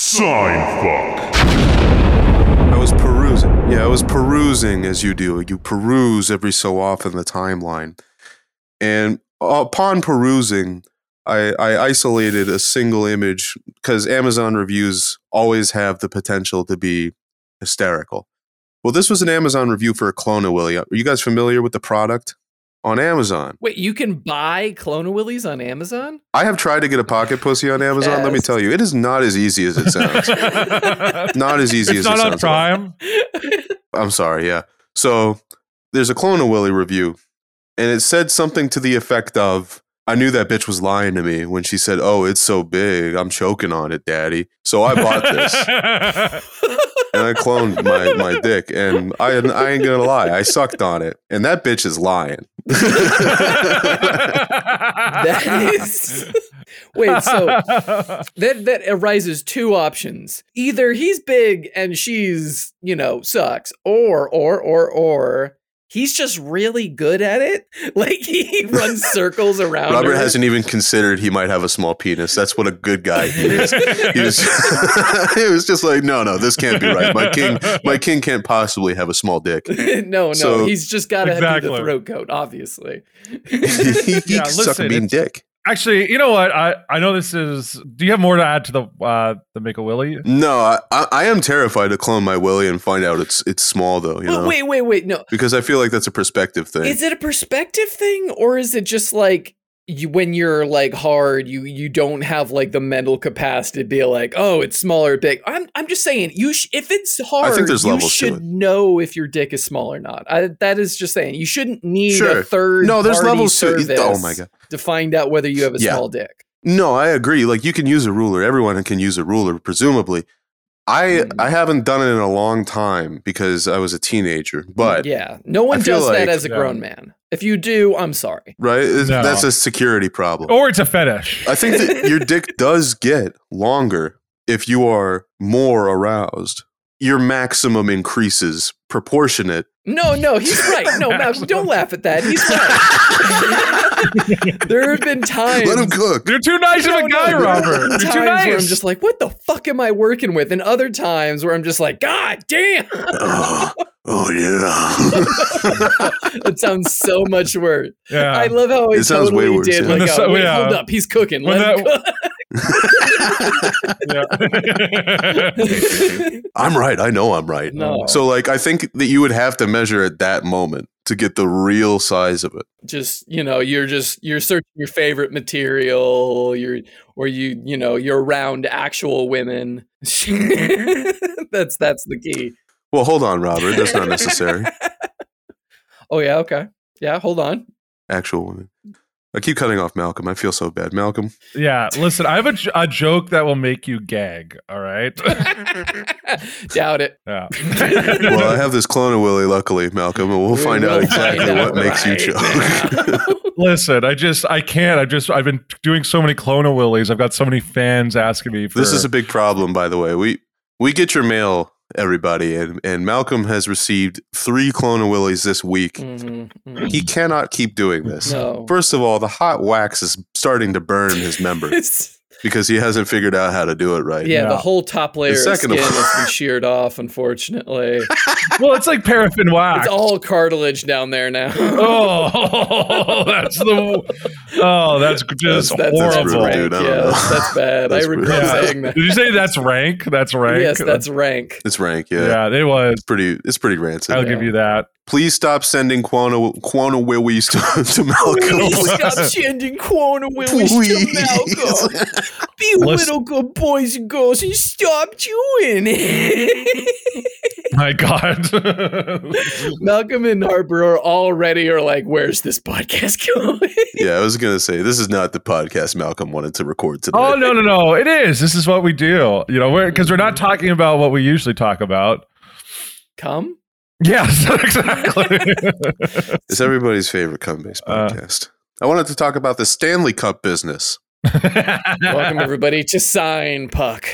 Sign fuck. I was perusing. Yeah, I was perusing as you do. You peruse every so often the timeline. And upon perusing, I, I isolated a single image because Amazon reviews always have the potential to be hysterical. Well, this was an Amazon review for a Clona Willy. Are you guys familiar with the product on Amazon? Wait, you can buy Clona Willies on Amazon? I have tried to get a pocket pussy on Amazon. Let me Yes. tell you, it is not as easy as it sounds. not as easy it's as it not on Prime. sounds. I'm sorry, yeah. So there's a Clone of Willy review, and it said something to the effect of, I knew that bitch was lying to me when she said, Oh, it's so big. I'm choking on it, daddy. So I bought this and I cloned my, my dick. And I, I ain't gonna lie, I sucked on it. And that bitch is lying. That is. Wait, so that that arises two options. Either he's big and she's, you know, sucks, or or or or he's just really good at it. Like he runs circles around. Robert her. hasn't even considered he might have a small penis. That's what a good guy he is. He was, he was just like, no, no, this can't be right. My king, my king can't possibly have a small dick. no, no, So- he's just got to do Exactly. the throat coat, obviously. he Yeah, sucked listen, a mean it's- dick. Actually, you know what? I, I know this is. Do you have more to add to the uh, the Make a Willy? No, I, I I am terrified to clone my Willy and find out it's it's small though, you know, Wait, wait, wait. No, because I feel like that's a perspective thing. is it a perspective thing, or is it just like you when you're like hard, you you don't have like the mental capacity to be like, oh, it's smaller, or big. I'm I'm just saying, you sh- if it's hard, there's you levels to should it. know if your dick is small or not. I, that is just saying, you shouldn't need Sure. a third. no, there's party levels to service it. Oh my god. to find out whether you have a Yeah. small dick. No, I agree. Like you can use a ruler. Everyone can use a ruler, presumably. I Mhm. I haven't done it in a long time because I was a teenager, but yeah, no one feel does like- that as a Yeah. grown man. If you do, I'm sorry. right, It's- No. Oh. that's a security problem. Or it's a fetish. I think that your dick does get longer if you are more aroused. Your maximum increases proportionate No, no, he's right. No, Malcolm, don't laugh at that. He's right. there have been times. Let him cook. You're too nice No, of no, a guy, there have been Robert. You're times too where I'm nice. just like, what the fuck am I working with? And other times where I'm just like, God damn, oh, oh, yeah. that sounds so much worse. yeah. I love how he It sounds way totally worse, did. yeah. Like, When oh, the Uh, so- wait, yeah. hold up, he's cooking. When Let him yeah. cook. I'm right. I know I'm right. no, So, like, I think that you would have to measure at that moment to get the real size of it. just you know, you're just you're searching your favorite material. You're or you you know you're around actual women. that's that's the key. Well, hold on, Robert. That's not necessary. Oh yeah, okay. Yeah, hold on. Actual women. I keep cutting off Malcolm. I feel so bad. Malcolm, yeah. Listen, I have a, j- a joke that will make you gag. All right. Doubt it. Yeah. well, I have this clone of Willie, luckily, Malcolm, and we'll We find will out exactly find what out makes you right choke. now. Listen, I just I can't. I just I've been doing so many Clona Willies. I've got so many fans asking me for this is a big problem, by the way. We we get your mail, everybody, and, and Malcolm has received three clone of Willies this week. Mhm, mhm. He cannot keep doing this. No. First of all, the hot wax is starting to burn his member It's- because he hasn't figured out how to do it right. yeah, Yeah. the whole top layer of skin second of all- has been sheared off, unfortunately. well, it's like paraffin wax. it's all cartilage down there now. oh, that's the oh, that's just that's horrible. brutal, rank, dude. I don't yeah, know. that's bad. That's I regret brutal. Yeah. saying that. Did you say that's rank? That's rank. Yes, that's rank. It's rank, yeah. yeah. Oh. It was. It's pretty it's pretty rancid. I'll give you that. Please stop sending Quana Quana Willies to, to Please Malcolm. stop sending Quona Willis to Malcolm. Please. Be Listen- little good boys and girls and stop doing it. My God. Malcolm and Harper are already are like, where's this podcast going? yeah, I was gonna say this is not the podcast Malcolm wanted to record today. oh no no no! It is. This is what we do. You know, because we're, not talking about what we usually talk about. Come? Yes, exactly. It's everybody's favorite cum based Uh. podcast. I wanted to talk about the Stanley Cup business. Welcome everybody to Sign Puck.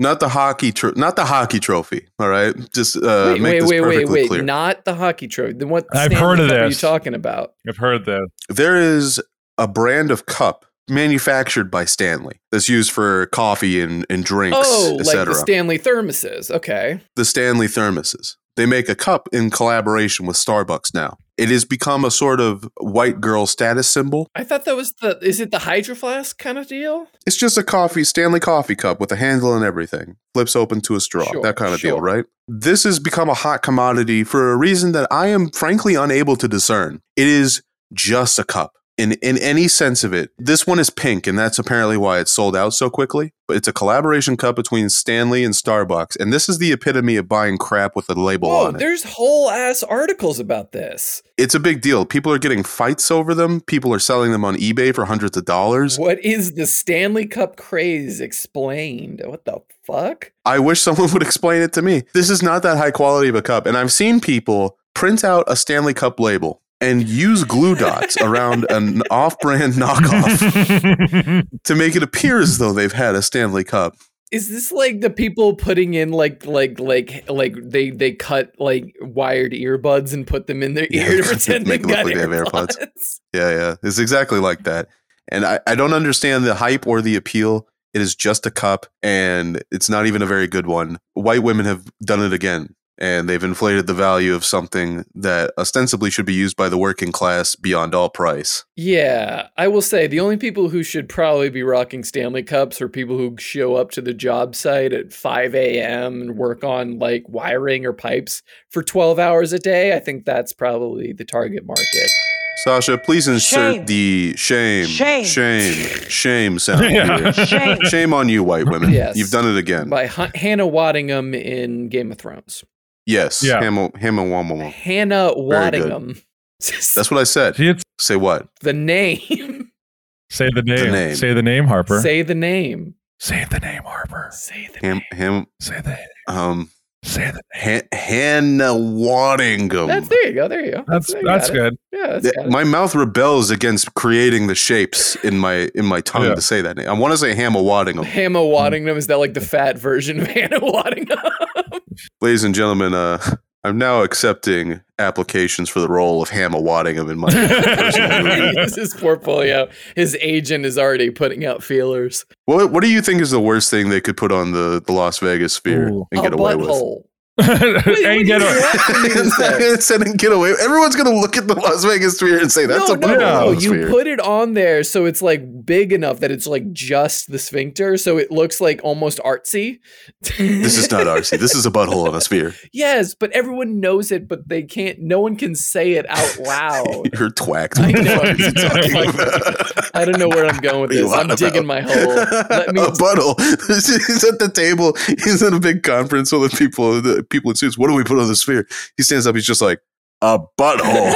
Not the hockey tro- not the hockey trophy. All right. Just uh wait, make wait, this wait, wait, perfectly wait. clear. Not the hockey trophy. Then what I've Stanley heard of Cup are you this. talking about? I've heard that. there is a brand of cup manufactured by Stanley. That's used for coffee and, and drinks, Oh, like the etc. Stanley thermoses. Okay. the Stanley thermoses. They make a cup in collaboration with Starbucks now. It has become a sort of white girl status symbol. I thought that was the is it the hydro flask kind of deal? It's just a coffee, Stanley coffee cup with a handle and everything. Flips open to a straw, Sure, that kind of deal, sure. right? This has become a hot commodity for a reason that I am frankly unable to discern. It is just a cup. In, in any sense of it, this one is pink, and that's apparently why it's sold out so quickly. But it's a collaboration cup between Stanley and Starbucks, and this is the epitome of buying crap with a label Whoa, on it. there's whole ass articles about this. it's a big deal. People are getting fights over them. People are selling them on eBay for hundreds of dollars. What is the Stanley Cup craze explained? What the fuck? I wish someone would explain it to me. This is not that high quality of a cup. And I've seen people print out a Stanley Cup label and use glue dots around an off brand knockoff to make it appear as though they've had a Stanley Cup. Is this like the people putting in like like like like they they cut like wired earbuds and put them in their Yeah, ear they to cut- pretend make they've it look got like they have AirPods? AirPods. Yeah, yeah. It's exactly like that. And I, I don't understand the hype or the appeal. It is just a cup and it's not even a very good one. White women have done it again and they've inflated the value of something that ostensibly should be used by the working class beyond all price. Yeah, I will say the only people who should probably be rocking Stanley Cups are people who show up to the job site at 5 a.m. and work on like wiring or pipes for 12 hours a day. I think that's probably the target market. Sasha, please insert Shame. the shame, Shame. shame, shame sound. Yeah. here. Shame. Shame on you, white women. Yes. You've done it again. By H- Hannah Waddingham in Game of Thrones. Yes. Yeah. Hammer, hammer, womma, womma. Hannah Very good. Waddingham. That's what I said. See, it's- Say what? the name. say the name. name. Say the name, Harper. Say the name. Say the name, Harper. Say the Ham, name. ham, Say the. um, Say the. Han- Hannah Waddingham. That's there you go. There you go. That's there you that's got it. good. Yeah, that's Th- got it. my mouth rebels against creating the shapes in my in my tongue Yeah. to say that name. I want to say Hannah Waddingham. Hannah Waddingham is that like the fat version of Hannah Waddingham? Ladies and gentlemen, uh, I'm now accepting applications for the role of Hannah Waddingham in my. This is portfolio. His agent is already putting out feelers. what What do you think is the worst thing they could put on the the Las Vegas sphere Ooh. and a get away with? butthole. and get what a, do you say? it said and get away. Everyone's gonna look at the Las Vegas sphere and say that's no, a no, butthole no. butthole You sphere. put it on there so it's like big enough that it's like just the sphincter, so it looks like almost artsy. this is not RC. This is a butthole on a sphere. yes, but everyone knows it, but they can't. No one can say it out loud. You're twacked. I What the know. fuck is he talking about? I don't know where I'm going with What are you this. I'm on digging my hole. Let me a butthole. He's at the table. He's at a big conference with the people. The people in suits. What do we put on the sphere? He stands up. He's just like a butthole.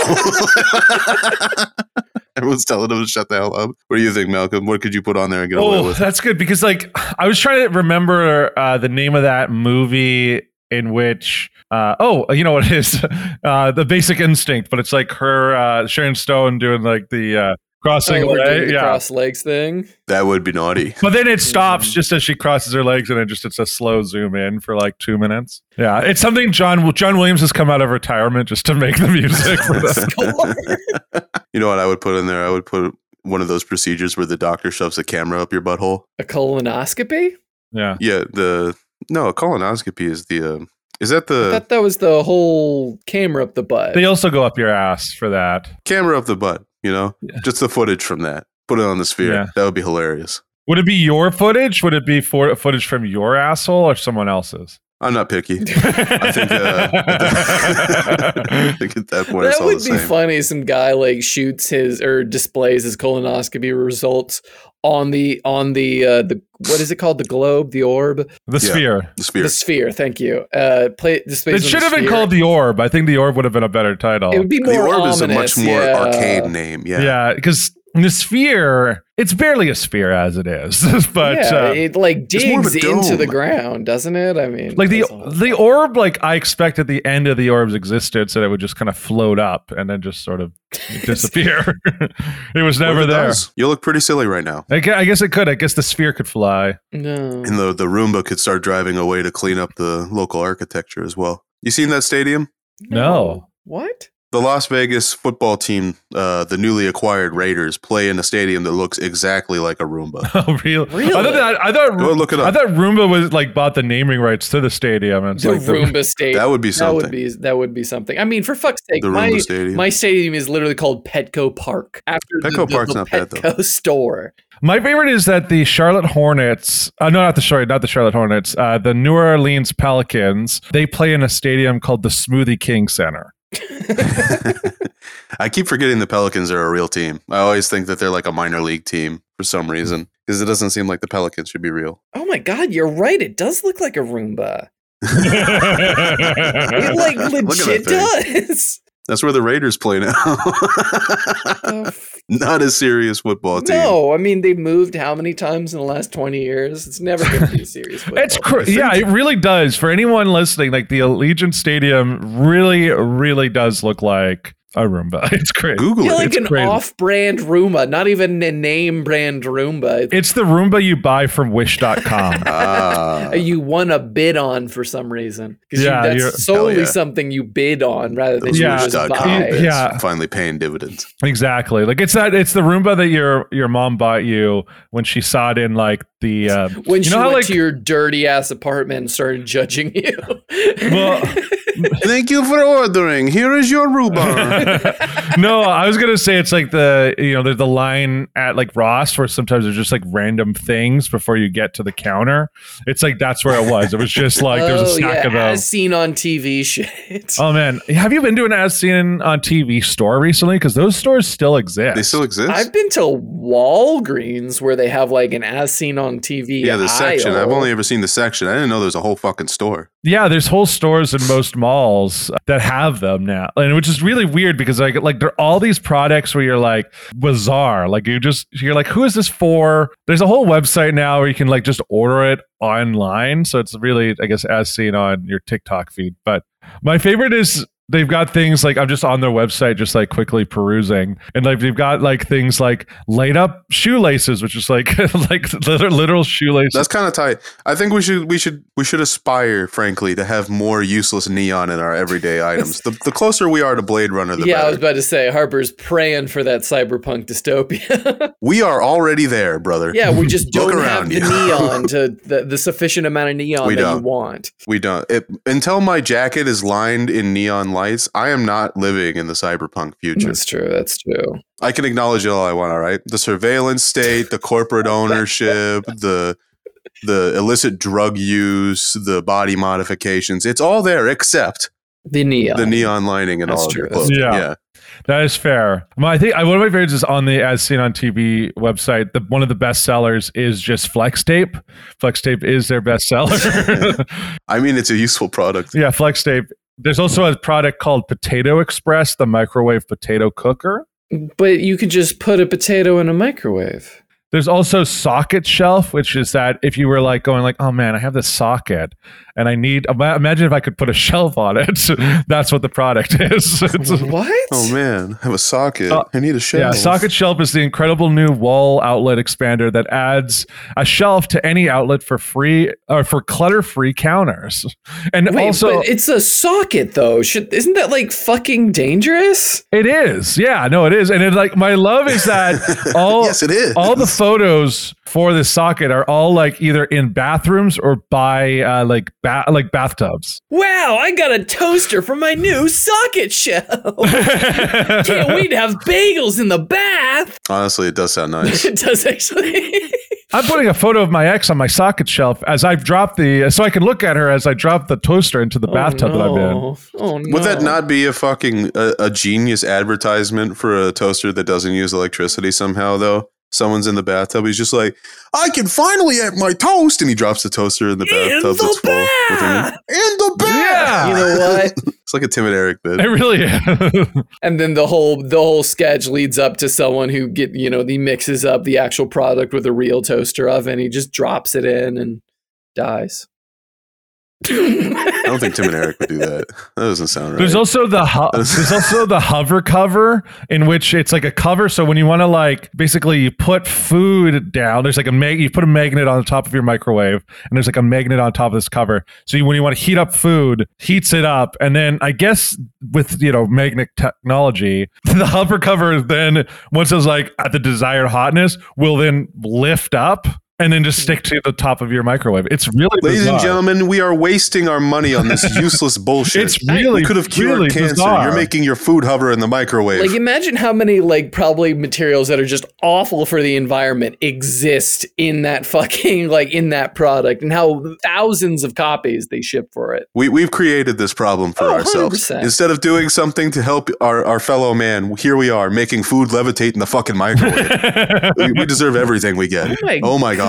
Everyone's telling him to shut the hell up. What do you think, Malcolm? What could you put on there and get away Oh, with? that's good because like I was trying to remember uh, the name of that movie in which uh, oh you know what it is uh, the Basic Instinct, but it's like her uh, Sharon Stone doing like the uh, crossing Oh, we're doing leg, the yeah. cross legs thing. That would be naughty. but then it stops Mhm. just as she crosses her legs, and it just it's a slow zoom in for like two minutes. Yeah, it's something John John Williams has come out of retirement just to make the music for this. You know what I would put in there? I would put one of those procedures where the doctor shoves a camera up your butthole. A colonoscopy? Yeah, Yeah. The no a colonoscopy is the. Uh, is that I the thought that was the whole camera up the butt. they also go up your ass for that. camera up the butt? You know, Yeah. just the footage from that. Put it on the sphere. Yeah. That would be hilarious. Would it be your footage? Would it be for footage from your asshole or someone else's? I'm not picky. I I think, uh, I think at that point that it's all would the be same. funny. Some guy like shoots his or displays his colonoscopy results on the on the uh, the what is it called? The globe, the orb, the Yeah. sphere. The sphere. the sphere. Thank you. Uh, play displays. It on should the have been sphere. called the orb. I think the orb would have been a better title. It would be more The orb is a ominous, much more yeah. arcane name. Yeah. yeah, because the sphere, it's barely a sphere as it is, but yeah, uh, it like it's more of a digs into the dome. ground, doesn't it? I mean, like the that's all. the orb, like I expected the end of the orb's existence, so that it would just kind of float up and then just sort of disappear. it was Well, never it there. does. You look pretty silly right now. I gue- I guess it could. I guess the sphere could fly. no. And the, the Roomba could start driving away to clean up the local architecture as well. You seen that stadium? No. What? The Las Vegas football team, uh, the newly acquired Raiders, play in a stadium that looks exactly like a Roomba. Oh, real? Really? I thought that, I thought Go look it I up. thought Roomba was like bought the naming rights to the stadium. And it's the like the- Roomba State. That would be That would something. be that would be something. I mean, for fuck's sake, the my Roomba Stadium. my stadium is literally called Petco Park after the- Petco the, Park's the not bad, Petco though. store. My favorite is that the Charlotte Hornets, uh, no, not the sorry, not the Charlotte Hornets, uh, the New Orleans Pelicans. They play in a stadium called the Smoothie King Center. I keep forgetting the Pelicans are a real team. I always think that they're like a minor league team for some reason because it doesn't seem like the Pelicans should be real. Oh my god, you're right. It does look like a Roomba. It like Look legit at that thing. does. That's where the Raiders play now. The f- Not a serious football team. Oh, no, I mean they moved how many times in the last twenty years? It's never going to be a serious. It's football cr- team. yeah, it really does. For anyone listening, like the Allegiant Stadium really, really does look like a Roomba. It's crazy. Google Yeah, it. like It's an crazy. off-brand Roomba, not even a name-brand Roomba. It's- It's the Roomba you buy from Wish.com. Ah. you won a bid on for some reason because Yeah, that's you're- solely Hell yeah. something you bid on rather than Those you Yeah. just Wish.com buy. bits Yeah. finally paying dividends. exactly. Like it's that. It's the Roomba that your your mom bought you when she saw it in like the. Uh, When you she know how went like to your dirty ass apartment and started judging you. well. Thank you for ordering. Here is your Ruban. no, I was gonna say it's like the you know there's the line at like Ross where sometimes there's just like random things before you get to the counter. It's like that's where it was. It was just like there's a Oh, stack yeah, of them. as seen on TV shit. Oh man, have you been to an as seen on TV store recently? Because those stores still exist. they still exist? I've been to Walgreens where they have like an as seen on TV. yeah, the section. I've aisle. only ever seen the section. I didn't know there was a whole fucking store. yeah, there's whole stores in most malls that have them now, and which is really weird because like like they're all these products where you're like bizarre. Like you just you're like, who is this for? There's a whole website now where you can like just order it online. So it's really I guess as seen on your TikTok feed. But my favorite is they've got things like I'm just on their website, just like quickly perusing, and like they've got like things like laid up shoelaces, which is like like liter- literal shoelaces. That's kind of tight. I think we should we should we should aspire, frankly, to have more useless neon in our everyday items. The, the closer we are to Blade Runner, the yeah, I was better. about to say Harper's praying for that cyberpunk dystopia. we are already there, brother. yeah, we just Look don't have around the you. neon to the, the sufficient amount of neon We that don't. you want. We don't. It, until my jacket is lined in neon lights, I am not living in the cyberpunk future. That's true. That's true. I can acknowledge it all I want. All right, the surveillance state, the corporate ownership, the the illicit drug use, the body modifications. It's all there except The neon. the neon lining and That's all of true, your that's clothing. true. Yeah. Yeah. That is fair. My, I think I, one of my favorites is on the As Seen on TV website. The, one of the best sellers is just Flex Tape. Flex Tape is their best seller. I mean, it's a useful product. yeah, Flex Tape. There's also a product called Potato Express, the microwave potato cooker. But you could just put a potato in a microwave. There's also Socket Shelf, which is that if you were like going like, oh man, I have this socket and I need. ima- Imagine if I could put a shelf on it. That's what the product is. It's a- What? Oh man, I have a socket. So- I need Uh, a Yeah, shelf. Socket Shelf is the incredible new wall outlet expander that adds a shelf to any outlet for free or for clutter-free counters. And Wait, also but it's a socket though. Should, isn't that like fucking dangerous? it is. Yeah, no it is. And it like my love is that all yes, it is. all the photos for this socket are all like either in bathrooms or by uh, like ba- like bathtubs. Wow, I got a toaster for my new socket show. Can't wait to have bagels in the bath. Honestly, it does sound nice. it does actually. I'm putting a photo of my ex on my socket shelf as I've dropped the so I can look at her as I drop the toaster into the bathtub that I'm in. that I'm in. Oh no. Would that not be a fucking a, a genius advertisement for a toaster that doesn't use electricity somehow though? Someone's in the bathtub. He's just like, I can finally have my toast, and he drops the toaster in the bathtub the that's full. with him. bath! In the Yeah. bath. You know Ah. what? It's like a Tim and Eric bit. It really is. And then the whole the whole sketch leads up to someone who get you know he mixes up the actual product with a real toaster oven. He just drops it in and dies. I don't think Tim and Eric would do that. That doesn't sound right. There's also the ho- there's also the hover cover in which it's like a cover. So when you want to like basically you put food down, there's like a mag- you put a magnet on the top of your microwave, and there's like a magnet on top of this cover. So you, when you want to heat up food, heats it up, and then I guess with you know magnet technology, the hover cover then once it's like at the desired hotness, will then lift up. And then just stick to the top of your microwave. It's really Ladies and bizarre. gentlemen, we are wasting our money on this useless bullshit. It's really, we could have cured really cancer. bizarre. You're making your food hover in the microwave. Like imagine how many like probably materials that are just awful for the environment exist in that fucking like in that product and how thousands of copies they ship for it. we, we've created this problem for Oh, ourselves. 100%. Instead of doing something to help our, our fellow man, here we are making food levitate in the fucking microwave. we, we deserve everything we get. Oh my God.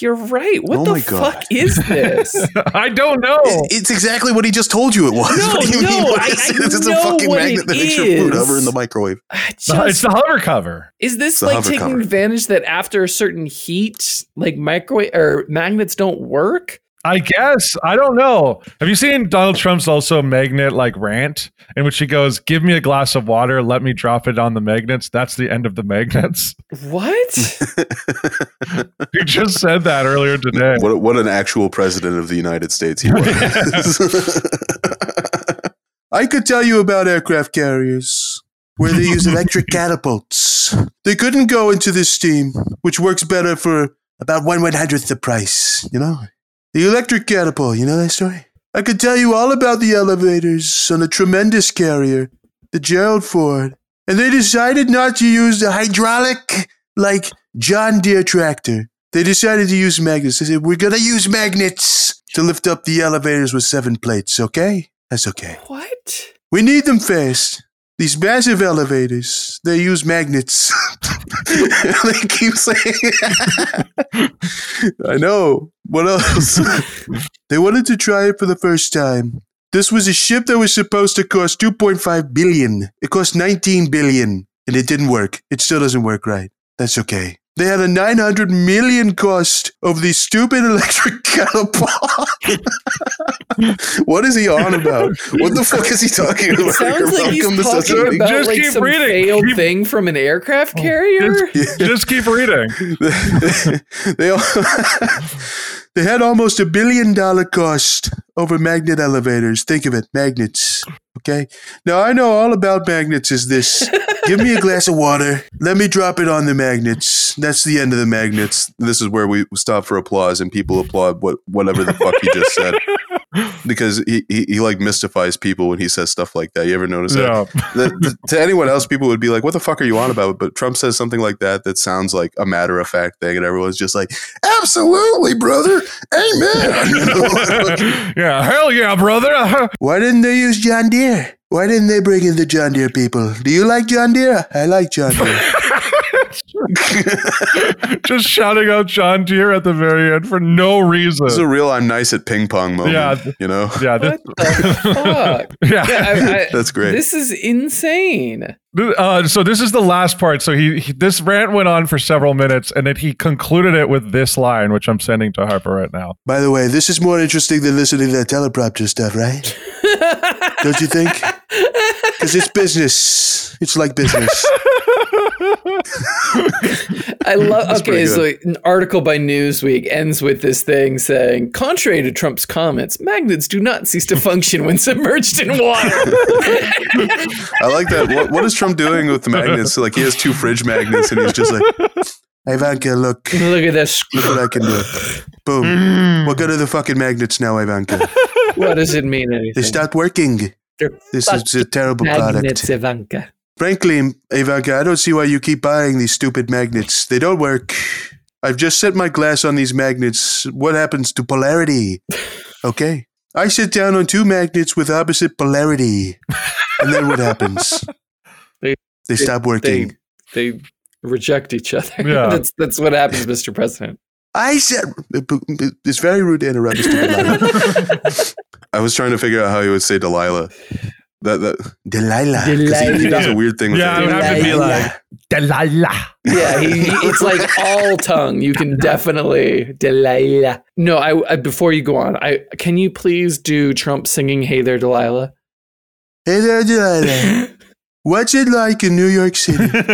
You're right. What Oh the my God. fuck is this? I don't know. It- it's exactly what he just told you it was. No, what do you no, mean? What I- is I it? it's a know fucking what magnet it that makes your food is. hover in the microwave. I The- just- it's the hover cover. Is this It's a like hover taking cover. advantage that after a certain heat, like microwave or magnets don't work? I guess. I don't know. Have you seen Donald Trump's also magnet like rant in which he goes, Give me a glass of water, let me drop it on the magnets. That's the end of the magnets. What? You just said that earlier today. What, what an actual president of the United States he was. I could tell you about aircraft carriers where they use electric catapults. They couldn't go into this steam, which works better for about one one hundredth the price, you know? The electric catapult, you know that story? I could tell you all about the elevators on a tremendous carrier, the Gerald Ford. And they decided not to use the hydraulic like John Deere tractor. They decided to use magnets. They said, We're going to use magnets to lift up the elevators with seven plates, okay? That's okay. what? We need them fast. These massive elevators, they use magnets. they keep saying, I know. What else? they wanted to try it for the first time. This was a ship that was supposed to cost 2.5 billion. It cost 19 billion, and it didn't work. It still doesn't work right. That's okay. They had a 900 million cost of the stupid electric catapult. what is he on about? What the fuck is he talking about? It sounds You're like he's welcome to such a talking big- about Just like keep some reading. failed Keep- thing from an aircraft Oh, carrier. just keep reading. they all they had almost a billion dollar cost over magnet elevators. Think of it, magnets. Okay. Now I know all about magnets. Is this? Give me a glass of water. Let me drop it on the magnets. That's the end of the magnets. This is where we stop for applause, and people applaud what whatever the fuck he just said because he, he he like mystifies people when he says stuff like that. You ever notice that? No. the, the- to anyone else, people would be like, "What the fuck are you on about?" But Trump says something like that that sounds like a matter of fact thing, and everyone's just like, "Absolutely, brother, amen." You know? yeah. Hell yeah, brother. Why didn't they use John Deere? Why didn't they bring in the John Deere people? Do you like John Deere? I like John Deere. just shouting out John Deere at the very end for no reason. this is a real "I'm nice at ping pong" moment. Yeah. you know, yeah. this- What the fuck? yeah. Yeah, I, I, that's great. This is insane. Uh, so this is the last part. So he, he this rant went on for several minutes, and then he concluded it with this line, which I'm sending to Harper right now. By the way, this is more interesting than listening to that teleprompter stuff, right? Don't you think? Because it's business. It's like business. I love. That's Okay, pretty so an article by Newsweek ends with this thing saying, contrary to Trump's comments, magnets do not cease to function when submerged in water. I like that. What, what is Trump doing with the magnets? Like he has two fridge magnets, and he's just like, Ivanka, look, Look at this. look what I can do. Boom. We'll go to the fucking magnets now, Ivanka. What does it mean? Anything? They stopped working. They're This is a terrible magnets, product. Ivanka. Frankly, Ivanka, I don't see why you keep buying these stupid magnets. They don't work. I've just set my glass on these magnets. What happens to polarity? Okay. I sit down on two magnets with opposite polarity. And then what happens? They- They stop working. They they reject each other. Yeah. that's that's what happens, Mr. President. I said it's very rude to interrupt. Mr. Delilah. I was trying to figure out how you would say Delilah. That that Delilah. 'Cause He, he does a weird thing. With Yeah, it. it would have to be like Delilah. Yeah, he, he- it's like all tongue. You can definitely Delilah. No, I, I before you go on, I can you please do Trump singing "Hey There, Delilah"? Hey there, Delilah. What's it like in New York City? Yes,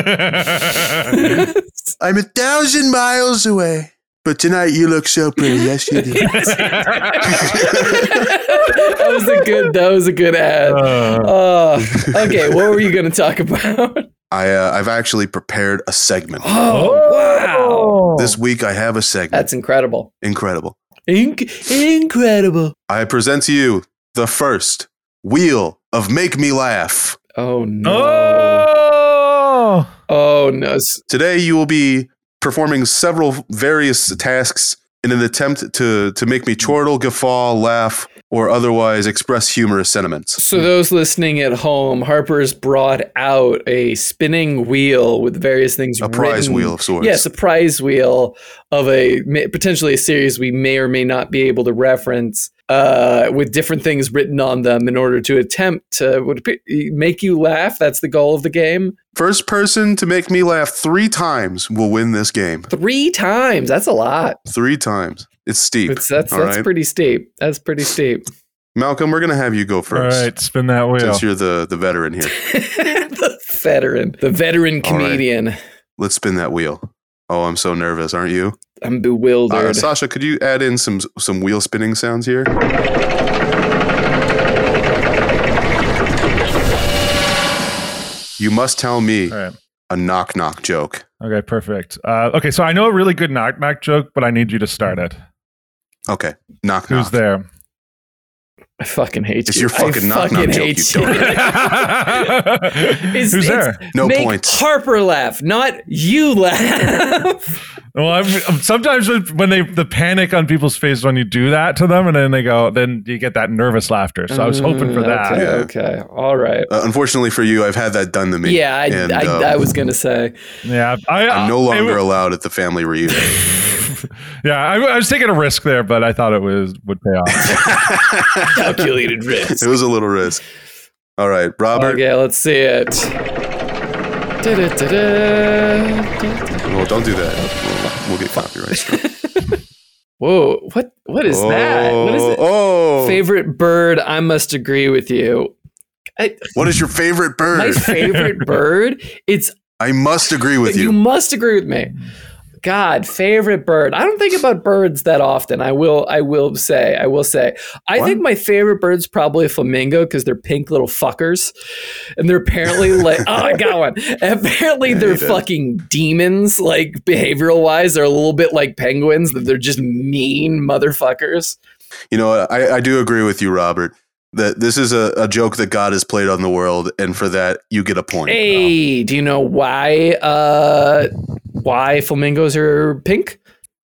I'm a thousand miles away. But tonight you look so pretty. Yes, you do. that was a good. That was a good ad. Uh, Uh, okay, what were you going to talk about? I, uh, I've actually prepared a segment. Oh, wow, This week I have a segment. that's incredible! Incredible. Inc- incredible. I present to you the first wheel of Make Me Laugh. Oh no! Oh. Oh no! S- Today you will be performing several various tasks in an attempt to, to make me chortle, guffaw, laugh, or otherwise express humorous sentiments. So those listening at home, Harper's brought out a spinning wheel with various things. A prize written- wheel of sorts. Yes, a prize wheel of a may- potentially a series we may or may not be able to reference, uh, with different things written on them in order to attempt to would appear- make you laugh. That's the goal of the game. First person to make me laugh three times will win this game. Three times. That's a lot. Three times. It's steep. It's, that's All that's right. pretty steep. That's pretty steep. Malcolm, we're going to have you go All first. right, spin that wheel. Since you're the, the veteran here, the veteran, the veteran All right. comedian. let's spin that wheel. Oh, I'm so nervous, aren't you? I'm bewildered. Uh, Sasha, could you add in some some wheel spinning sounds here? You must tell me All right. a knock knock joke. Okay, perfect. Uh, okay, so I know a really good knock knock joke, but I need you to start it. Okay, knock Who's knock. there? I fucking hate It's you. your I fucking knock-knock fucking joke, hate you you. It's- Who's it's- there? No Make points. Harper laugh, not you laugh. Well, I'm, I'm- sometimes when they the panic on people's faces when you do that to them, and then they go, then you get that nervous laughter. So I was hoping for Mm, that. Okay, Yeah. okay. all right. Uh, unfortunately for you, I've had that done to me. yeah, I, and, I, um, I was gonna say. Yeah, I, I'm no I- longer allowed at the family reunion. yeah, I, I was taking a risk there, but I thought it was would pay off. Calculated it risk. was a little risk. All right, Robert. Okay, let's see it. Da-da-da-da. Well, don't do that. We'll, we'll get copyright. struck. Whoa, what what is that? What is it? Oh, Favorite bird? I must agree with you. I, what is your favorite bird? my favorite bird? It's I must agree with you. you. must agree with me. God, favorite bird. I don't think about birds that often. I will. I will say. I will say. I What? think my favorite bird's probably a flamingo because they're pink little fuckers, and they're apparently like, oh, I got one. And apparently, Yeah, you they're did. fucking demons. Like behavioral wise, they're a little bit like penguins. That they're just mean motherfuckers. You know, I, I do agree with you, Robert, that this is a, a joke that God has played on the world, and for that, you get a point. Hey, do you know why? Uh, why flamingos are pink?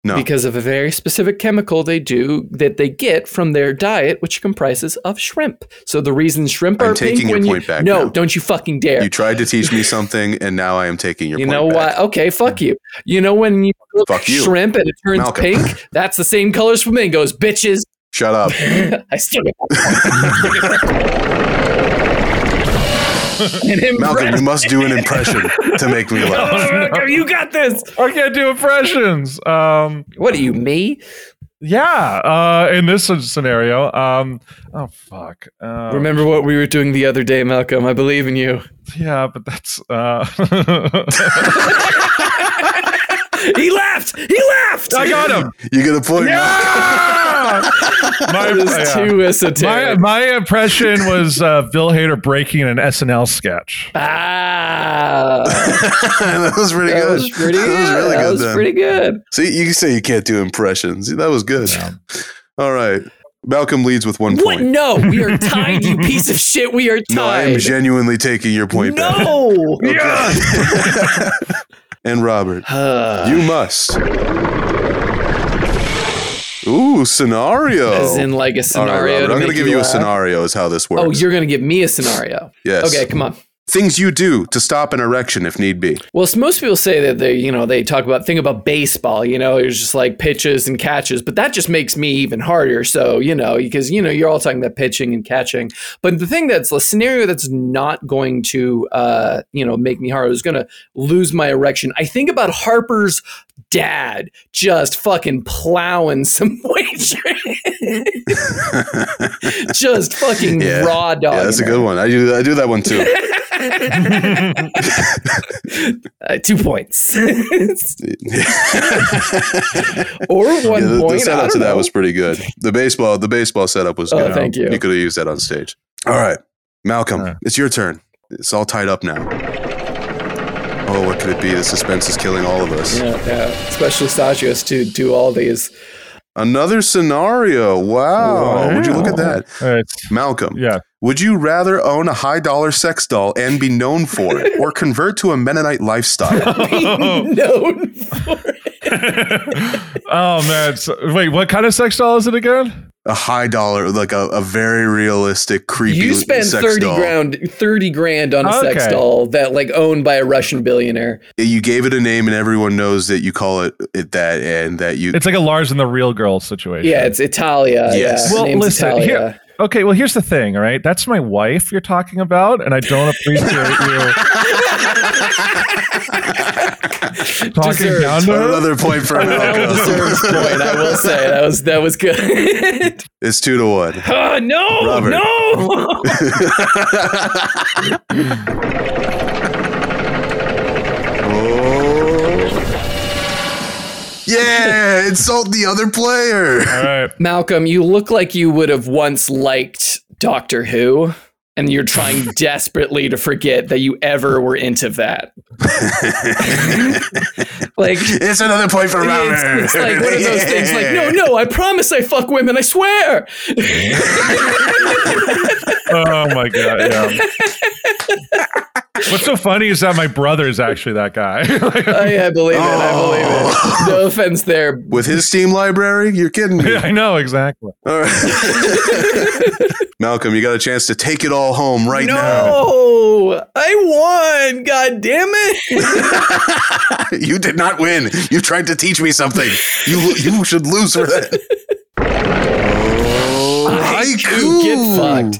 No. because of a very specific chemical they do that they get from their diet, which comprises of shrimp. So the reason shrimp I'm are taking pink your when you point back no, now. don't you fucking dare. you tried to teach me something, and now I am taking your You point. know back. what? Okay, fuck you. You know when you cook Fuck you. shrimp and it turns Malcolm. pink? That's the same color as flamingos, bitches. Shut up. I still get and him Malcolm, you must do an impression to make me laugh. you got this. I can't do impressions. Um, What are you, me? yeah, uh, in this scenario, um, oh fuck. Uh, Remember what we were doing the other day, Malcolm. I believe in you. Yeah, but that's uh, He laughed. He laughed. I got him. You get a point. Yeah! Malcolm. my, It was yeah. too my, esoteric. my impression was uh, Bill Hader breaking an SNL sketch. ah, that was pretty that good. was pretty good. That was really That good. was then. pretty good. See, you say you can't do impressions. That was good. All right. Malcolm leads with one What? point. No, we are tied, you piece of shit. We are tied. No, I am genuinely taking your point back. no. Okay. and Robert, Uh, you must. Ooh, scenario. as in like a All right, scenario. Robert, to I'm going make to give you a laugh. scenario. Is how this works. Oh, you're gonna give me a scenario. yes. Okay, come on. Things you do to stop an erection if need be. Well, s- most people say that they, you know, they talk about think about baseball. You know, it's just like pitches and catches, but that just makes me even harder. So you know, because you know, you're all talking about pitching and catching, but the thing that's the scenario that's not going to, uh, you know, make me hard is going to lose my erection. I think about Harper's dad just fucking plowing some waitress, just fucking Yeah. raw dog. yeah, that's a good one. I do I do that one too. Uh, two points. or one Yeah, the, point. the I setup don't to that know. was pretty good. The baseball, the baseball setup was Oh, good. thank you. You could have used that on stage. All right, Malcolm, Uh. it's your turn. It's all tied up now. Oh, what could it be? The suspense is killing all of us. Yeah, yeah. Especially Stagios to do all these. Another scenario. Wow. Oh, Would you look at Wow. that, All right. Malcolm? Yeah. Would you rather own a high dollar sex doll and be known for it, or convert to a Mennonite lifestyle? Being known for oh man! So, wait, what kind of sex doll is it again? a high dollar, like a, a very realistic, creepy. you spend sex thirty doll. grand, thirty grand on a sex Okay. doll that like owned by a Russian billionaire. you gave it a name and everyone knows that you call it, it that and that you It's like a Lars and the Real Girl situation. Yeah, it's Italia. Yes. Yeah, Well, her name's listen Italia. here. Okay, well, here's the thing, all right? That's my wife you're talking about, and I don't appreciate you talking Deserved. down to her. another point for That one deserves a Malcolm. point. I will say that was that was good. it's two to one. oh, no, Robert. no. Oh. Yeah, insult the other player. All right. Malcolm, you look like you would have once liked Doctor Who, and you're trying desperately to forget that you ever were into that. like, it's, It's another point for Robert. it's like one of those things like, no, no, I promise I fuck women, I swear. Oh my god. Yeah. What's so funny is that my brother is actually that guy. Like, I, I believe it, I believe Oh. it. No offense there. With his Steam library? You're kidding me. I know exactly. All right. Malcolm, you got a chance to take it all home right now. no, I won. God damn it. you did not win. You tried to teach me something. You you should lose for that. Oh, Haiku, Get fucked.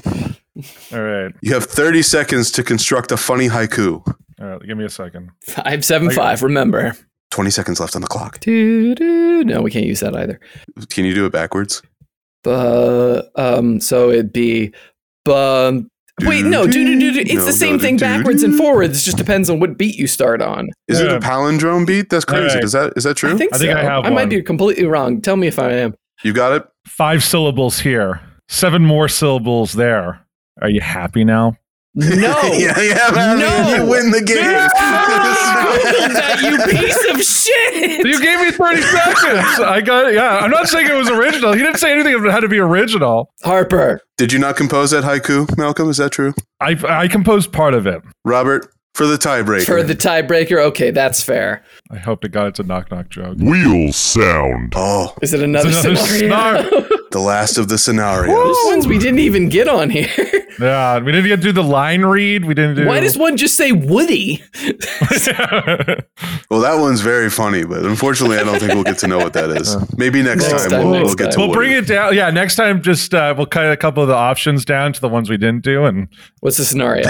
All right. You have 30 seconds to construct a funny haiku. All right. Give me a second. Five seven five. Remember. 20 seconds left on the clock. Doo, doo. No, we can't use that either. Can you do it backwards? Uh, um, so it'd be, bum. Wait, no, do do do do. It's No, the same no, thing do, do, backwards do. and forwards. It just depends on what beat you start on. Is it Yeah. a palindrome beat? That's crazy. Alright. Is that is that true? I think, I think so. I have might one. be completely wrong. Tell me if I am. you got it? Five syllables here. Seven more syllables there. Are you happy now? No. yeah, yeah, man. Oh. No. You win the game. Googled that, you piece of shit. You gave me 30 seconds. I got it. Yeah. I'm not saying it was original. He didn't say anything about how to be original. Harper. Did you not compose that haiku, Malcolm? Is that true? I, I composed part of it. Robert, for the tiebreaker. For the tiebreaker. Okay, that's fair. I hope to God it's a knock knock joke. Wheel sound. oh, Is it another, It's another scenario? the last of the scenarios. There's ones we didn't even get on here. Yeah. We didn't get to do the line read. We didn't do. Why does one just say Woody? Well, that one's very funny, but unfortunately, I don't think we'll get to know what that is. Maybe next, Next time, time, we'll, next we'll get time. to. We'll Woody. bring it down. Yeah, next time just uh, we'll cut a couple of the options down to the ones we didn't do, and What's the scenario?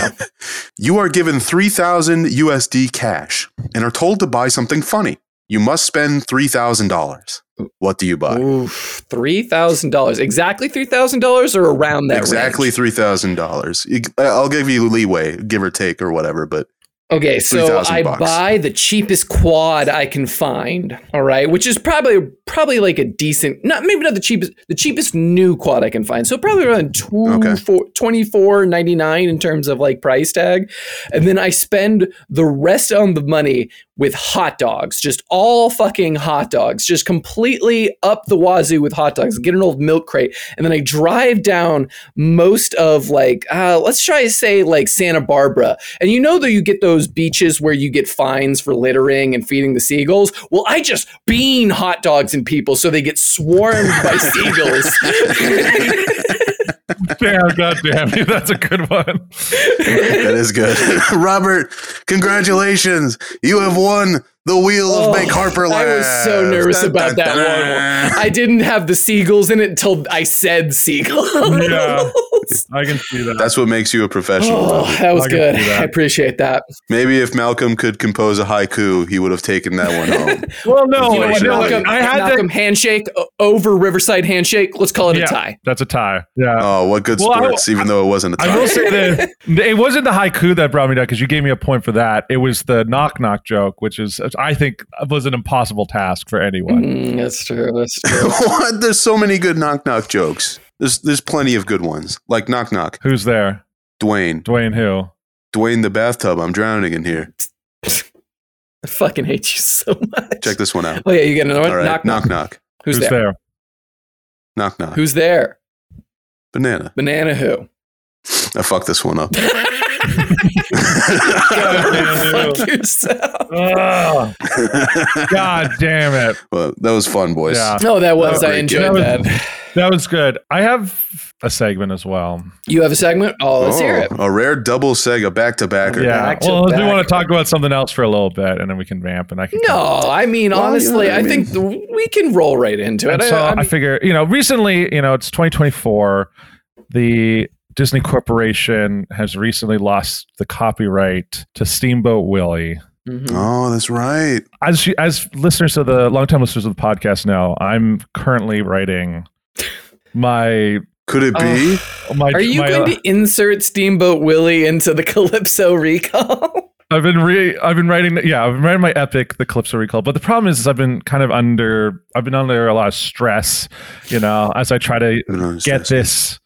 You are given three thousand USD cash and are told to buy something funny. You must spend three thousand dollars. What do you buy? Oof, three thousand dollars. Exactly three thousand dollars, or around that. exactly range? three thousand dollars. I'll give you leeway, give or take, or whatever. But Okay, so 3,000 I bucks. buy the cheapest quad I can find. All right, which is probably probably like a decent, not maybe not the cheapest, the cheapest new quad I can find. So probably around two, Okay. four, 24.99 in terms of like price tag, and then I spend the rest on the money with hot dogs, just all fucking hot dogs, just completely up the wazoo with hot dogs. Get an old milk crate, and then I drive down most of like uh, let's try to say like Santa Barbara, and you know that you get those beaches where you get fines for littering and feeding the seagulls. Well, I just bean hot dogs and people so they get swarmed by seagulls. Damn, goddamn you. That's a good one. that is good. Robert, congratulations. You have won the Wheel Oh, of Make Harper I was so Labs. nervous about that dun. I didn't have the seagulls in it until I said seagulls. Yeah. I can see that. That's what makes you a professional. Oh, that was I can good. see that. I appreciate that. Maybe if Malcolm could compose a haiku, he would have taken that one home. well, no, You know what, no, Malcolm- I had Malcolm handshake o- over Riverside handshake. Let's call it Yeah. a tie. That's a tie. Yeah. oh, what good Well, I- sports, even though it wasn't a I will tie. say that it wasn't the haiku that brought me down because you gave me a point for that. It was the knock knock joke, which is uh, I think was an impossible task for anyone. Mm, that's true. That's true. what? There's so many good knock knock jokes. There's there's plenty of good ones. Like knock knock, Mm-hmm. Who's there? Dwayne. Dwayne who? Dwayne the bathtub, I'm drowning in here. I fucking hate you so much. Check this one out. Oh yeah, you get another one. All right. knock, knock. knock knock. Who's, there? Knock knock. Who's there? Banana. Banana who? I fucked this one up. Fuck yourself. Ugh, God damn it. well, that was fun, boys. Yeah. No, that was. That was I great. That enjoyed was- that. That was good. I have a segment as well. You have a segment? Oh, let's hear it. A rare double Sega back to backer. Yeah. Back to Well, we back. want to talk about something else for a little bit and then we can ramp and I can No, I mean Oh. Well, you know honestly, what I I think th- we can roll right into it. And so I, I, I mean, figure, you know, recently, you know, it's 2024. The Disney Corporation has recently lost the copyright to Steamboat Willie. mhm. Oh, that's right. As you, as listeners of the longtime listeners of the podcast know, I'm currently writing my Could Oh, it be? my. Are you my- going to insert Steamboat Willie into the Calypso recall? uh, I've been re I've been writing yeah I've been writing my epic the Calypso recall but the problem is, is I've been kind of under I've been under a lot of stress you know as I try to get this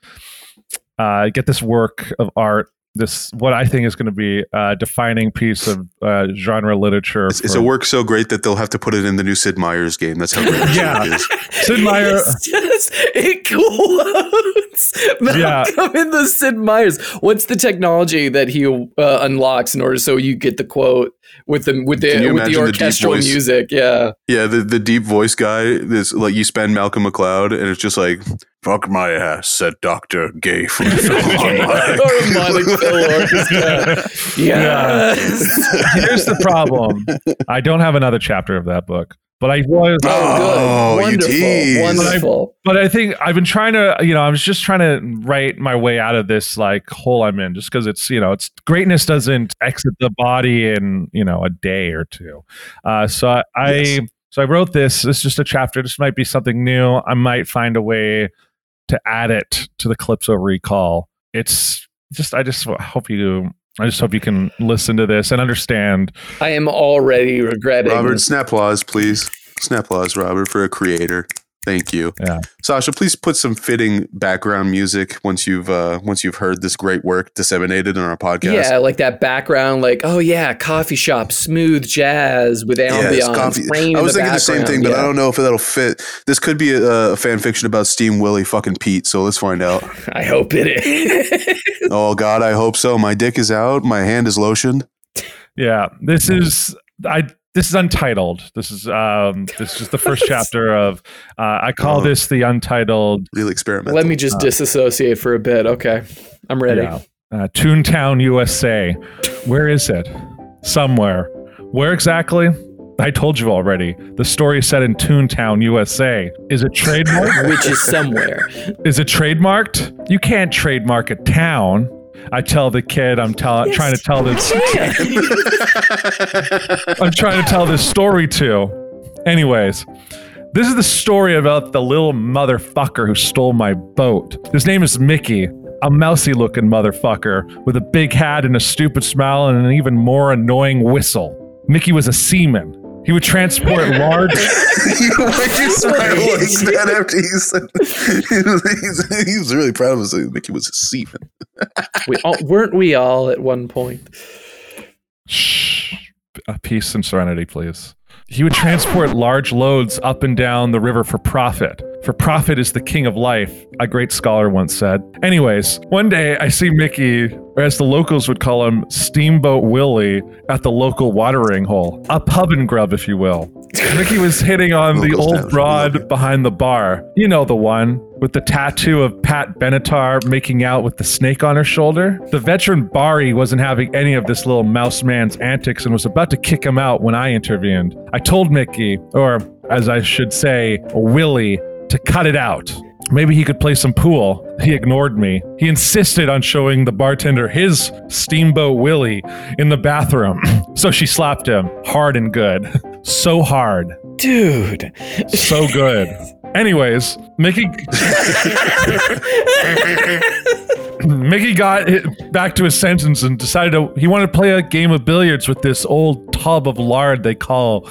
uh, get this work of art this what i think is going to be a defining piece of uh, genre literature It's, it's for- a work so great that they'll have to put it in the new Sid Meier's game. That's how great Yeah. it is. Sid Meier- It's just, it glows. Yeah. Malcolm in the Sid Meier's. What's the technology that he uh, unlocks in order so you get the quote with the with Can the you with the imagine the deep orchestral voice? music? Yeah. Yeah, the, the deep voice guy is like you spend Malcolm McLeod, and it's just like, fuck my ass, said Dr. Gay from Harmonic fill orchestra. Yes. here's the problem i don't have another chapter of that book but i was Oh, Oh, you good. tease. Wonderful. Wonderful. but i think i've been trying to you know i was just trying to write my way out of this like hole i'm in just because it's you know it's greatness doesn't exit the body in you know a day or two uh, so i, Yes. I so i wrote this this is just a chapter this might be something new i might find a way to add it to the calypso recall it's just i just hope you i just hope you can listen to this and understand I am already regretting. Robert, snap applause, please. Snap applause, Robert, for a creator. Thank you. Yeah. Sasha, please put some fitting background music once you've uh, once you've heard this great work disseminated in our podcast. Yeah, like that background, like oh yeah, coffee shop, smooth jazz with ambiance. it's coffee. rain I in was the thinking the same thing, background, but yeah. I don't know if that'll fit. This could be a, a fan fiction about Steam Willie fucking Pete, so let's find out. I hope it is. oh God, I hope so. My dick is out. My hand is lotioned. Yeah, this is I. This is untitled. This is um. This is the first chapter of. Uh, I call Oh. Uh-huh. this the untitled. Real experiment. Let me just disassociate for a bit. Okay, I'm ready. Yeah, uh, Toontown USA. Where is it? Somewhere. Where exactly? I told you already. The story is set in Toontown, USA. Is it trademarked? Which is somewhere. is it trademarked? You can't trademark a town. I tell the kid I'm tell- Yes. trying to tell this Yeah. I'm trying to tell this story to. Anyways, this is the story about the little motherfucker who stole my boat. His name is Mickey, a mousy looking motherfucker with a big hat and a stupid smile and an even more annoying whistle. Mickey was a seaman. He would transport large. you like you smile like that after he said he's, he was really proud of us. I think he was a seaman. we all, weren't we all at one point? Shh. Uh, peace and serenity, please. He would transport large loads up and down the river for profit. For profit is the king of life, a great scholar once said. Anyways, one day I see Mickey, or as the locals would call him, Steamboat Willie, at the local watering hole, a pub and grub, if you will. Mickey was hitting on the Locals old now. broad behind the bar. You know the one. with the tattoo of Pat Benatar making out with the snake on her shoulder. The veteran Bari wasn't having any of this little mouse man's antics and was about to kick him out when I intervened. I told Mickey, or as I should say, Willie, to cut it out. Maybe he could play some pool. He ignored me. He insisted on showing the bartender his Steamboat Willie in the bathroom. so she slapped him hard and good. So hard. Dude. So good. Anyways, Mickey Mickey got hit back to his sentence and decided to, he wanted to play a game of billiards with this old tub of lard they call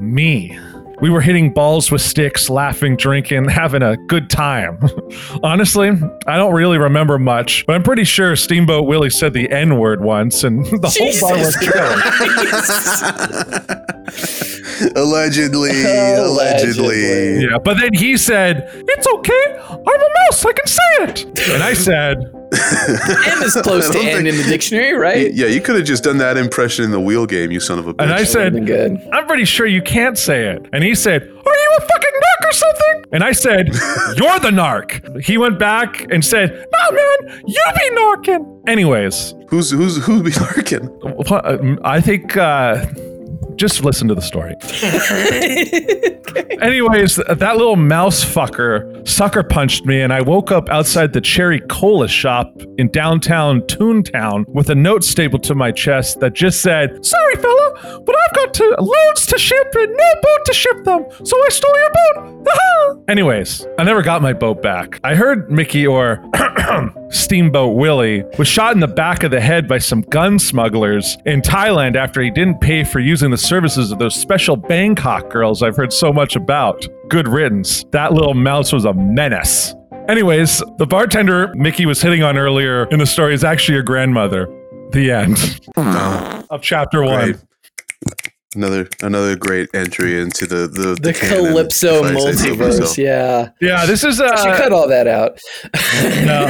me. We were hitting balls with sticks, laughing, drinking, having a good time. Honestly, I don't really remember much, but I'm pretty sure Steamboat Willie said the N word once, and the whole bar was Jesus killed. allegedly, allegedly. Allegedly. Yeah, but then he said, "It's okay. I'm a mouse. I can say it." And I said, M is close I to don't N think- in the dictionary, right? Yeah, you could have just done that impression in the wheel game, you son of a bitch. and I That would've said, been good. "I'm pretty sure you can't say it." And he said, "Are you a fucking narc or something?" And I said, "You're the narc." He went back and said, "No, man, you be narking." Anyways, who's who's who's be Larkin? I think uh, just listen to the story. Anyways, that little mouse fucker sucker punched me, and I woke up outside the Cherry Cola shop in downtown Toontown with a note stapled to my chest that just said, Sorry, fella, but I've got to, loads to ship and no boat to ship them, so I stole your boat. Ha-ha!" Anyways, I never got my boat back. I heard Mickey or Steamboat Willie was shot in the back of the head by some gun smugglers in Thailand after he didn't pay for using the services of those special Bangkok girls I've heard so much about. Good riddance. That little mouse was a menace. Anyways, the bartender Mickey was hitting on earlier in the story is actually your grandmother. The end of chapter one. Great. Another another great entry into the the, The canon, Calypso if I say so multiverse, myself. yeah. Yeah, this is I should uh, cut all that out. no,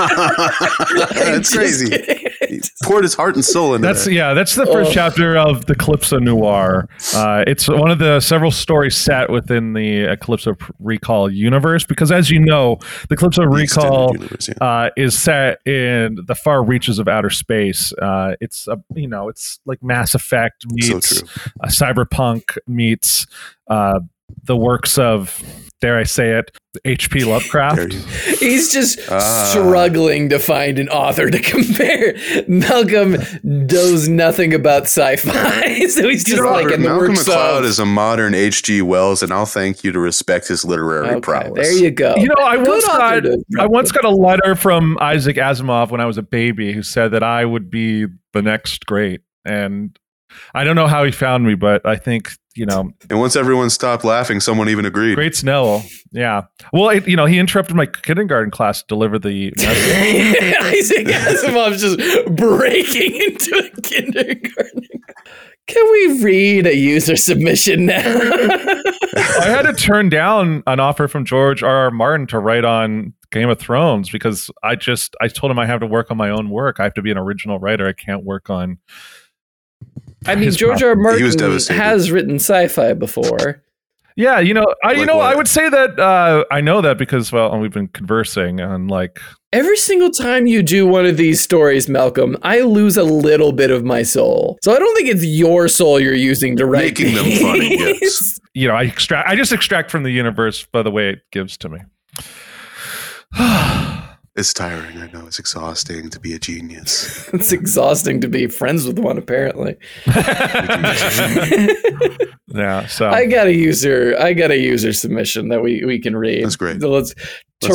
That's Just crazy. kidding. He poured his heart and soul into that's that. yeah, that's the first Oh. chapter of the Calypso Noir. Uh, it's one of the several stories set within the uh, Calypso P- Recall universe because, as you know, the Calypso The extended Recall universe, yeah. uh, is set in the far reaches of outer space. Uh, it's a, you know, it's like Mass Effect so meets true. uh, cyberpunk meets uh, the works of, dare I say it, H.P. There Lovecraft. you- He's just Ah. struggling to find an author to compare. Malcolm knows nothing about sci-fi, so he's just like in the Malcolm works McLeod of. is a modern H.G. Wells, and I'll thank you to respect his literary Okay, prowess. there you go. You know, I Good once author got to- I once got a letter from Isaac Asimov when I was a baby who said that I would be the next great, and I don't know how he found me, but I think you know and once everyone stopped laughing, someone even agreed. great Snell. Yeah, well, it, you know, he interrupted my kindergarten class to deliver the message. Isaac Asimov's just breaking into a kindergarten. Can we read a user submission now? I had to turn down an offer from George R. R. Martin to write on Game of Thrones because I just I told him I have to work on my own work. I have to be an original writer. I can't work on. I mean, his George R. R. He was Martin devastated. has written sci-fi before. Yeah, you know, I you Like know, what? I would say that uh, I know that because well, we've been conversing and like Every single time you do one of these stories, Malcolm, I lose a little bit of my soul. So I don't think it's your soul you're using to write Making them funny, these. yes. you know, I extract, I just extract from the universe by the way it gives to me. It's tiring. I know. It's exhausting to be a genius. It's exhausting to be friends with one, apparently. yeah, so I got a user. I got a user submission that we we can read. That's great. So let's, Let's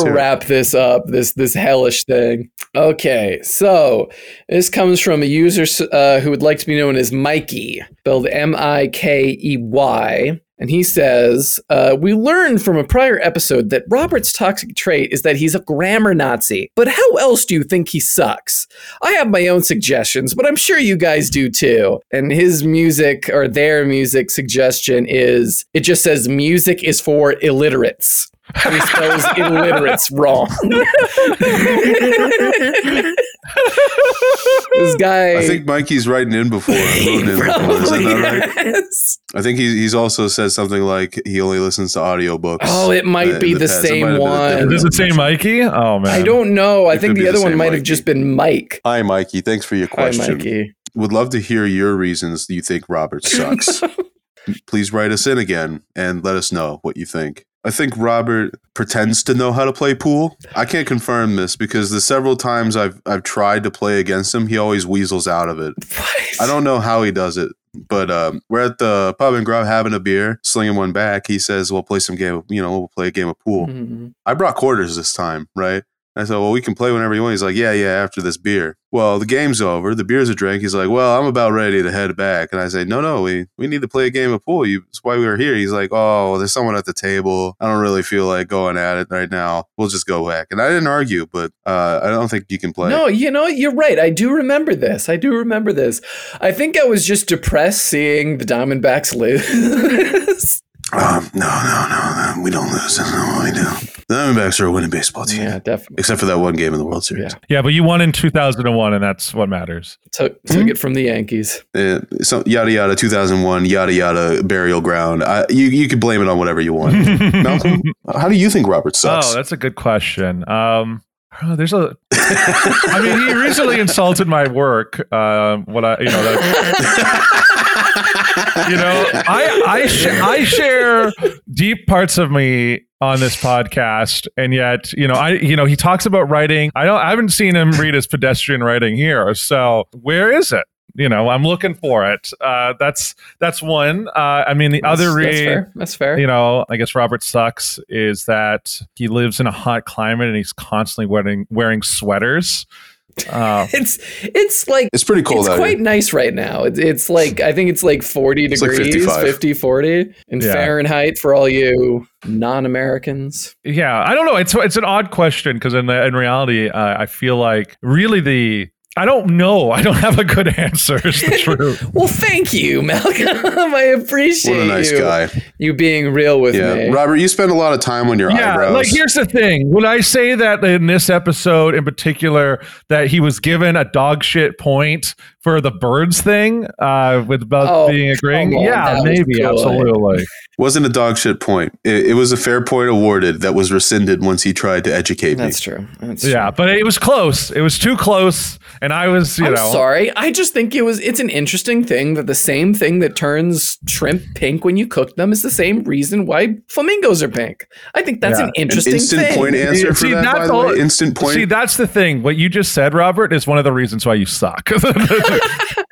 to hear it. wrap this up. This this hellish thing. Okay, so this comes from a user s- uh, who would like to be known as Mikey, spelled M I K E Y. And he says, uh, We learned from a prior episode that Robert's toxic trait is that he's a grammar Nazi. But how else do you think he sucks? I have my own suggestions, but I'm sure you guys do too. And his music or their music suggestion is it just says music is for illiterates. He spells illiterates wrong. this guy. I think Mikey's writing in before. Wrote in before. Is that probably not right? has. I think he, he's also said something like he only listens to audiobooks. Oh, it might Uh, be in the the past, it same might have been a one. different- Does it say Mikey? Oh man, I don't know. I It think could be the the other one same might have Mikey. just been Mike. Hi, Mikey. Thanks for your question. Hi, Mikey. Would love to hear your reasons you think Robert sucks. Please write us in again and let us know what you think. I think Robert pretends to know how to play pool. I can't confirm this because the several times I've I've tried to play against him, he always weasels out of it. I don't know how he does it, but um, we're at the pub and grub having a beer, slinging one back. He says, "We'll play some game. of- You know, we'll play a game of pool." Mhm. I brought quarters this time, right? And I said, well, we can play whenever you want. He's like, yeah, yeah, after this beer. Well, the game's over. The beer's a drink. He's like, well, I'm about ready to head back. And I say, no, no, we, we need to play a game of pool. You, it's why we were here. He's like, oh, there's someone at the table. I don't really feel like going at it right now. We'll just go back. And I didn't argue, but uh, I don't think you can play. No, you know, you're right. I do remember this. I do remember this. I think I was just depressed seeing the Diamondbacks lose. Um, no, no, no, no. We don't lose. That's not what we do. The Diamondbacks are a winning baseball team, yeah, definitely. except for that one game in the World Series. Yeah. Yeah, but you won in 2001, and that's what matters. Took, Hmm? took it from the Yankees. Uh, so yada yada 2001 yada yada burial ground I, you you could blame it on whatever you want Malcolm how do you think Robert Oh, sucks that's a good question. Um, I don't know, there's a. I mean, he recently insulted my work. Uh, what I, you know, that, you know, I I, sh- I share deep parts of me on this podcast, and yet, you know, I you know he talks about writing. I don't. I haven't seen him read his pedestrian writing here. So where is it? You know, I'm looking for it. Uh, that's that's one. Uh, I mean, the other that's, that's read fair. That's fair. you know, I guess Robert sucks is that he lives in a hot climate and he's constantly wearing wearing sweaters. Uh, It's it's like it's pretty cold it's out quite here nice right now. It's, it's like I think it's like 40 It's like degrees, 55. 50, 40 in Yeah. Fahrenheit for all you non-Americans. yeah, I don't know. It's it's an odd question because in the, in reality, uh, I feel like really the I don't know. I don't have a good answer. Is the truth. Well, thank you, Malcolm. I appreciate what a nice you, guy you being real with yeah me. Robert you spend a lot of time on your yeah, eyebrows like here's the thing. Would I say that in this episode in particular that he was given a dog shit point for the birds thing uh, with about Oh, being agreeing? come on, yeah, that was maybe good. absolutely. wasn't a dog shit point it, it was a fair point awarded that was rescinded once he tried to educate That's true. That's Yeah, true. but it was close. It was too close, and I was, you I'm know, sorry. I just think it was it's an interesting thing that the same thing that turns shrimp pink when you cook them is the same reason why flamingos are pink. I think that's Yeah. an me interesting instant thing. point answer for See, that by that's the all- way instant point See, that's the thing. What you just said, Robert, is one of the reasons why you suck.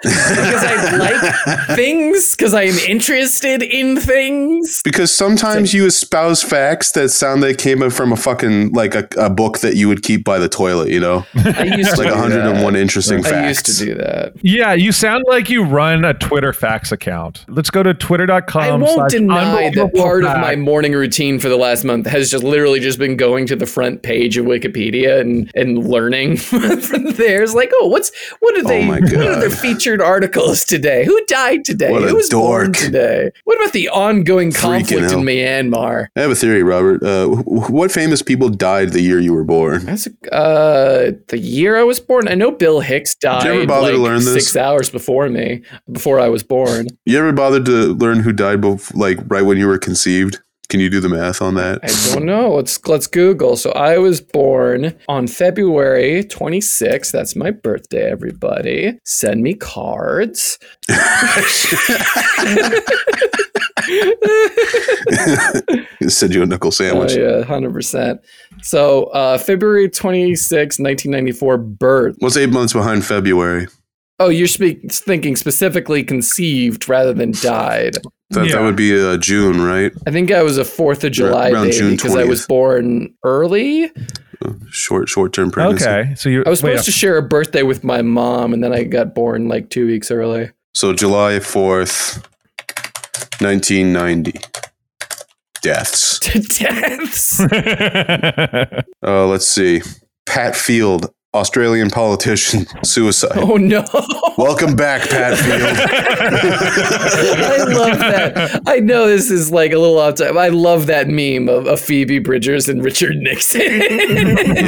because I like things, because I am interested in things. Because sometimes you espouse facts that sound they came from a fucking like a, a book that you would keep by the toilet, you know, I used to like do 101 interesting that. facts. I used to do that. yeah, you sound like you run a Twitter facts account. Let's go to twitter.com. Um, I won't slash deny that unbelievable part of facts. my morning routine for the last month has just literally just been going to the front page of Wikipedia and and learning from there. It's like, oh, what's what are they? my what are God. their featured articles today? Who died today? What a Who was born dork. today? What about the ongoing conflict hell. in Myanmar? I have a theory, Robert. Uh, wh- wh- what famous people died the year you were born? That's uh, the year I was born. I know Bill Hicks died you ever bother like to learn this? six hours before me, before I was born. You ever bothered to learn who died, bef- like right when you were conceived? Can you do the math on that? I don't know. Let's let's Google. So I was born on February 26th. That's my birthday, everybody. Send me cards. Send you a knuckle Oh, sandwich. yeah, 100%. So uh, February 26, 1994 birth. What's eight months behind February? Oh, you're speak- thinking specifically conceived rather than died. That, Yeah. that would be uh, June, right? I think I was a 4th of July around baby June because I was 20th. born early. Short, short-term pregnancy. Okay, so you I was supposed wait, to share a birthday with my mom, and then I got born like two weeks early. So July fourth, nineteen ninety. Deaths. To deaths. Uh, let's see. Pat Field, Australian politician suicide. Oh no. Welcome back, Pat Field. I love that. I know this is like a little off time. I love that meme of, of Phoebe Bridgers and Richard Nixon. yeah.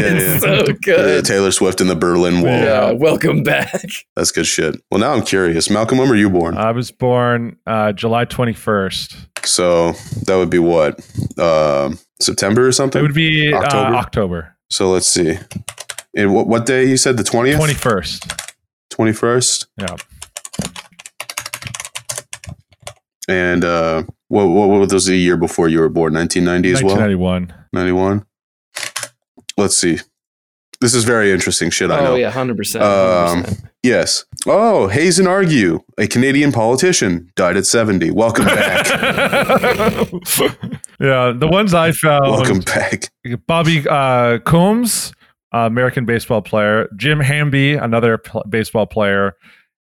it's so Uh, good. Taylor Swift in the Berlin Wall. Yeah, welcome back. That's good shit. Well, now I'm curious. Malcolm, when were you born? I was born uh, July 21st. so that would be what? Um September or It something? would be October? Uh, October so let's see. It, what, what day you said? The 20th? 21st. 21st? Yeah. And uh, what, what, what was the year before you were born? 1990 as well? 1991. 91? Let's see. This is very interesting shit, I know. Oh yeah, hundred percent. Um, Yes. Oh, Hazen Argue, a Canadian politician, died at 70. Welcome back. yeah, the ones I found Welcome back. Bobby uh, Coombs, uh, American baseball player, Jim Hamby, another pl- baseball player,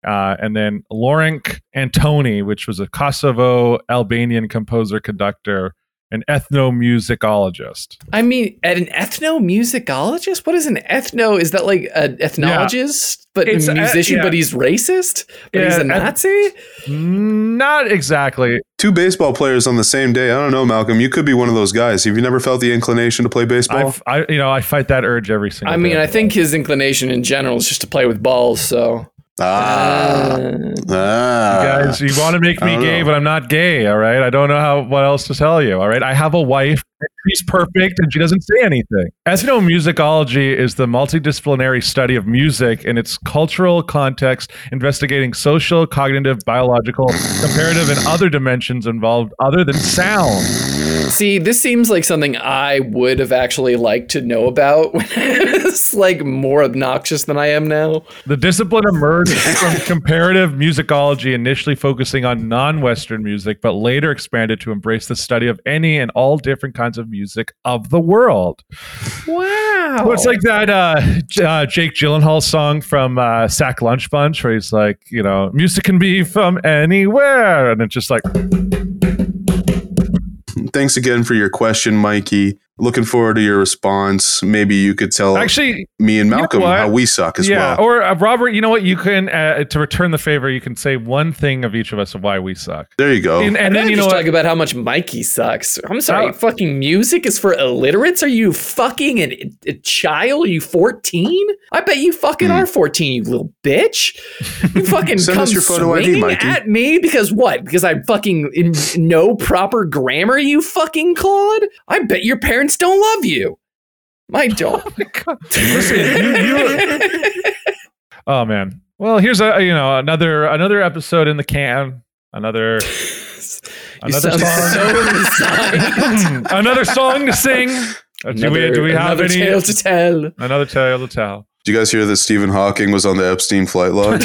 uh, and then Lorenc Antoni, which was a Kosovo Albanian composer, conductor, and ethnomusicologist. I mean, at an ethnomusicologist? What is an ethno? Is that like an ethnologist, but It's a a- musician, yeah. but he's racist? But he's Yeah, a eth- Nazi? Not exactly. Two baseball players on the same day. I don't know, Malcolm. You could be one of those guys. Have you never felt the inclination to play baseball? I've, I, you know, I fight that urge every single. I mean, day. I think his inclination in general is just to play with balls, so. ah. Uh, ah. guys, you want to make I me don't gay, know. but I'm not gay. All right, I don't know how what else to tell you. All right, I have a wife. and She's perfect, and she doesn't say anything. Ethnomusicology is the multidisciplinary study of music in its cultural context, investigating social, cognitive, biological, comparative, and other dimensions involved other than sound. See, this seems like something I would have actually liked to know about when I was like more obnoxious than I am now. The discipline emerged from comparative musicology, initially focusing on non Western music, but later expanded to embrace the study of any and all different kinds of music of the world. Wow. Well, it's like that uh, J- uh, Jake Gyllenhaal song from uh, Sack Lunch Bunch, where he's like, you know, music can be from anywhere. And it's just like, Thanks again for your question, Mikey. Looking forward to your response. Maybe you could tell actually, me and know Malcolm what? how we suck as yeah. well. Or uh, Robert, you know what? You can, uh, to return the favor, you can say one thing of each of us of why we suck. There you go. And, and And then, you know just what? talk about how much Mikey sucks. I'm sorry, Oh. fucking music is for illiterates. Are you fucking an, a child? Are you 14? I bet you fucking Mm. are 14, you little bitch. You fucking Send come us your photo ID, swinging Mikey. at me because what? Because I fucking in, no proper grammar. You fucking Claude. I bet your parents don't love you. I don't. Listen, you- Oh man. Well, here's a uh, you know another another episode in the can. Another You Another sound song. so resigned. another song to sing. Uh, do we Another- do we have another any tale to tell? another tale to tell? Did you guys hear that Stephen Hawking was on the Epstein flight log?